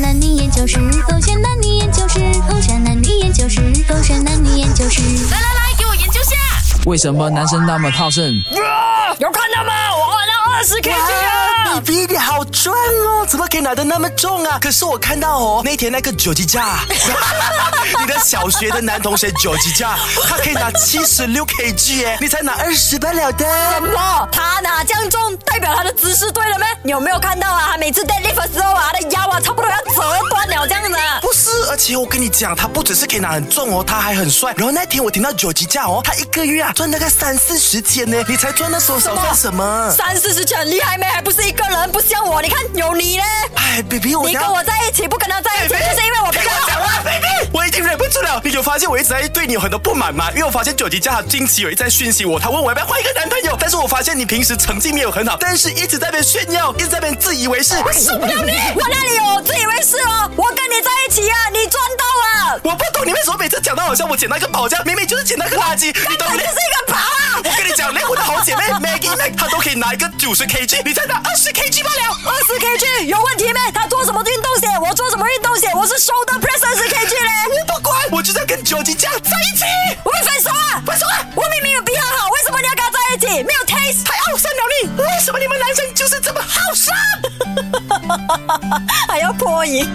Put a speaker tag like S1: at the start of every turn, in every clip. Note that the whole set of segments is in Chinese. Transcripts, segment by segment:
S1: 男女研究室，狗血男女研究室，狗血男女研究室，狗血男女研究室。
S2: 来来来，给我研究下。
S3: 为什么男生那么好胜？
S2: 有看到吗？我玩了二十
S4: 哎
S2: K
S5: 哇，baby 你好壮哦，怎么可以拿的那么重啊？可是我看到哦，那天那个九级架， 你的小学的男同学九级架，他可以拿七十六 kg 耶，你才拿二十罢了的。
S4: 什么？他拿这样重，代表他的姿势对了咩？你有没有看到啊？他每次 deadlift 的时候啊，他的腰啊，差不多要折断了这样子啊。
S5: 不是，而且我跟你讲，他不只是可以拿很重哦，他还很帅。然后那天我听到九级架哦，他一个月啊赚大概三四十千呢，你才赚那手少赚什么？
S4: 三四十圈很厉害咩？还不是一个人，不像我，你看有你嘞。
S5: 哎，baby，我
S4: 你跟
S5: 等下
S4: 我在一起，不跟他在一
S2: 哎
S4: 起，就是因为我比较
S5: 哎讲
S4: 好。
S5: 了，baby，我已经忍不住了。你有发现我一直在对你有很多不满吗？因为我发现九级家他近期有一直在讯息我，他问我要不要换一个男朋友，但是我发现你平时成绩没有很好，但是一直在那边炫耀，一直在那边自以为是。
S4: 受不了你！我那里有自以为是哦，我跟你在一起啊，你赚到啊了，
S5: 我不懂你为什么每次讲到好像我捡到一个宝藏，明明就是捡到一个垃圾，你懂
S4: 这
S5: 不
S4: 就是
S5: 懂？
S4: 一个宝啊！
S5: 我跟你讲，连我的好姐妹 Maggie Mag，她都可以拿一个九十 kg，你才拿二十 kg 罢了。
S4: 二十 kg 有问题没？他做什么运动鞋？我做什么运动鞋？我是 shoulder press 二十 kg 嘞，
S5: 我不管，我就是要跟九级家在一起。
S4: 我会分手啊！
S5: 分手啊！
S4: 我明明有比他好，为什么你要跟他在一起？没有 taste，
S5: 太傲生了你！为什么你们男生就是这么好胜？
S4: 还要破音。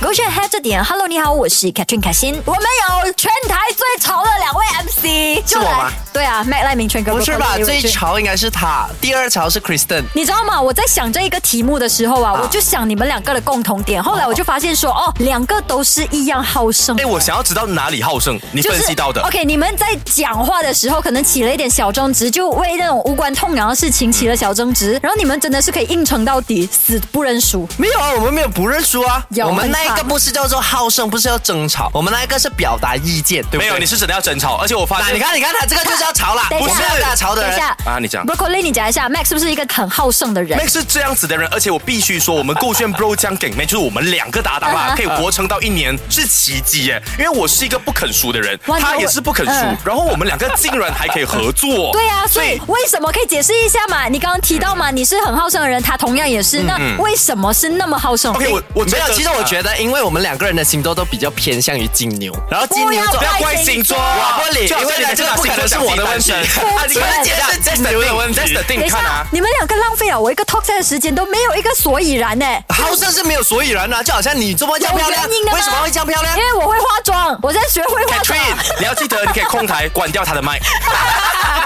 S4: 狗血 h 这点，Hello，你好，我是 Katrin 凯欣，我们有全台最潮的两位 MC，
S6: 是我吗
S4: 来对啊，麦赖明全哥
S6: 不是吧？最。
S4: 跟
S6: 潮应该是他，第二潮是 Kristen。
S4: 你知道吗？我在想这一个题目的时候啊，我就想你们两个的共同点。后来我就发现说，哦，两个都是一样好胜。
S5: 哎，我想要知道哪里好胜，你分析到的。
S4: OK，你们在讲话的时候可能起了一点小争执，就为那种无关痛痒的事情起了小争
S6: 嗯
S4: 执，然后你们真的是可以硬撑到底，死不认输。
S6: 没有啊，我们没有不认输啊。
S4: 有
S6: 我们那一
S4: 很
S6: 个
S4: 惨
S6: 不是叫做好胜，不是要争吵，我们那一个是表达意见，对不对？
S5: 没有，你是真的要争吵，而且我发
S6: 那
S5: 现，
S6: 你看，你看他这个就是要吵啦，
S4: 等一
S6: 不
S4: 下
S6: 是要大吵的
S4: 等一
S6: 人。
S4: 下
S5: 啊你讲
S4: Broccoli，你讲一下，Max 是不是一个很好胜的人
S5: Max 是这样子的人，而且我必须说，我们够炫 Bro 将 Gang Man 就是我们两个搭档
S4: 嗯
S5: 啊，
S4: 哼
S5: 可以活撑到一年是奇迹耶！因为我是一个不肯输的人，
S4: 哇你
S5: 他也是不肯输
S4: 嗯，
S5: 然后我们两个竟然还可以合作。
S4: 对啊，所以为什么可以解释一下嘛？你刚刚提到嘛，你是很好胜的人，他同样也是，那为什么是那么好胜？
S5: OK，我我
S6: 没有，其实嗯我
S5: 得啊
S6: 觉得，因为我们两个人的星座都比较偏向于金牛，然后金牛座
S5: 不要怪星座，
S6: 我不理，
S5: 就好
S6: 因
S5: 像
S6: 为
S5: 你
S6: 呢
S5: 们
S6: 这
S5: 这
S6: 个
S5: 把
S6: 不
S5: 星
S6: 可
S5: 座
S6: 能是
S5: 讲
S6: 我的问题
S5: 自己单身 啊，你
S4: 对
S5: 看这是 That's the 的问题，That's the
S4: 等
S5: thing，
S4: 一
S5: 看
S4: 下
S5: 啊，。
S4: 你们两个浪费了我一个 talk 赛的时间，都没有一个所以然呢、
S6: 好胜是没有所以然啊，就好像你这么这样
S4: 有
S6: 漂亮
S4: 原因的，吗
S6: 为什么会这样漂亮
S4: 啊因？为我会化妆，我在学会化妆。
S5: Catherine，你要记得，你可以控台关掉他的麦。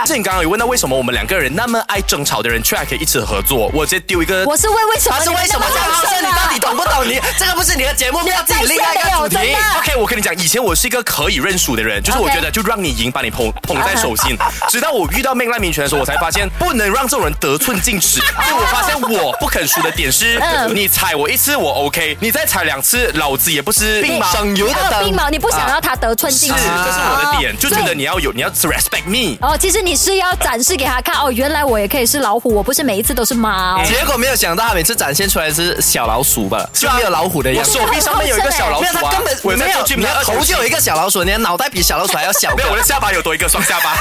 S5: 是你刚刚有问到为什么我们两个人那么爱争吵的人，却还可以一起合作？我直接丢一个，
S4: 我是为为什么
S6: 他是
S4: 你们
S6: 为什么
S4: 那
S6: 这样好胜？你
S4: 啊
S6: 到底懂不懂？你这个不是你的节目，不要自己另外一个主题
S4: 真。的
S5: 哎 OK，我跟你讲，以前我是一个可以认输的人，就是
S4: OK
S5: 我觉得就让你赢，把你捧捧在手 心。直到我遇到命赖民权的时候，我才发现不能让这种人得寸进尺。所以我发现我不肯输的点是，
S4: 嗯
S5: 你踩我一次我 OK，你再踩两次，老子也不是
S6: 你
S5: 病吧？
S6: 省油的
S4: 哎还有
S6: 灯
S4: 冰。毛，你不想
S5: 啊
S4: 要他得寸
S5: 是，
S4: 进
S5: 这
S4: 尺，
S5: 是我的点，
S4: 哦
S5: 就觉
S4: 所
S5: 得
S4: 以
S5: 你要有你要 respect me。
S4: 哦，其实你是要展示给他看哦，原来我也可以是老虎，我不是每一次都是猫。
S5: 哎
S6: 结果没有想到，他每次展现出来是小老鼠吧，
S5: 是
S6: 就
S5: 啊
S6: 没有老虎的
S5: 我
S6: 样子。
S5: 手臂上面有一个小老
S6: 没有，
S5: 鼠
S6: 他
S5: 啊，
S6: 根
S5: 我
S6: 本
S5: 有
S6: 没
S5: 在
S6: 有
S5: 做，剧
S6: 你
S5: 本
S6: 的头就有一个小老鼠，你的脑袋比小老鼠还要小。
S5: 没有，我的下巴有多一个双下巴。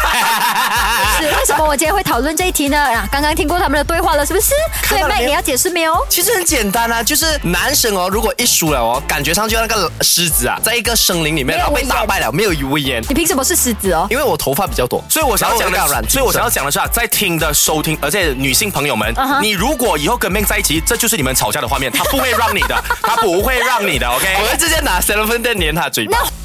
S4: 是为什么我今天会讨论这一题呢？啊，刚刚听过他们的对话了，是不是？所以
S6: 到了没有
S4: 麦，你要解释没有？
S6: 其实很简单啊，就是男生哦，如果一输了哦，感觉上就像那个狮子啊，在一个森林里面，
S4: 没有
S6: 然后被
S4: 威严
S6: 打败了，没有威严。
S4: 你凭什么是狮子哦？
S6: 因为我头发比较多，
S5: 所以我想要讲
S6: 然后我比较
S5: 的，
S6: 软
S5: 所以我想要讲的是啊，在听的收听，而且女性朋友们
S4: 嗯哼
S5: 你如果以后跟 man 在一起，这就是你们吵架的画面，他不会让你的，他不会让你的，OK？
S6: 我会直接拿 s e l e n 的粘他嘴巴
S4: 那。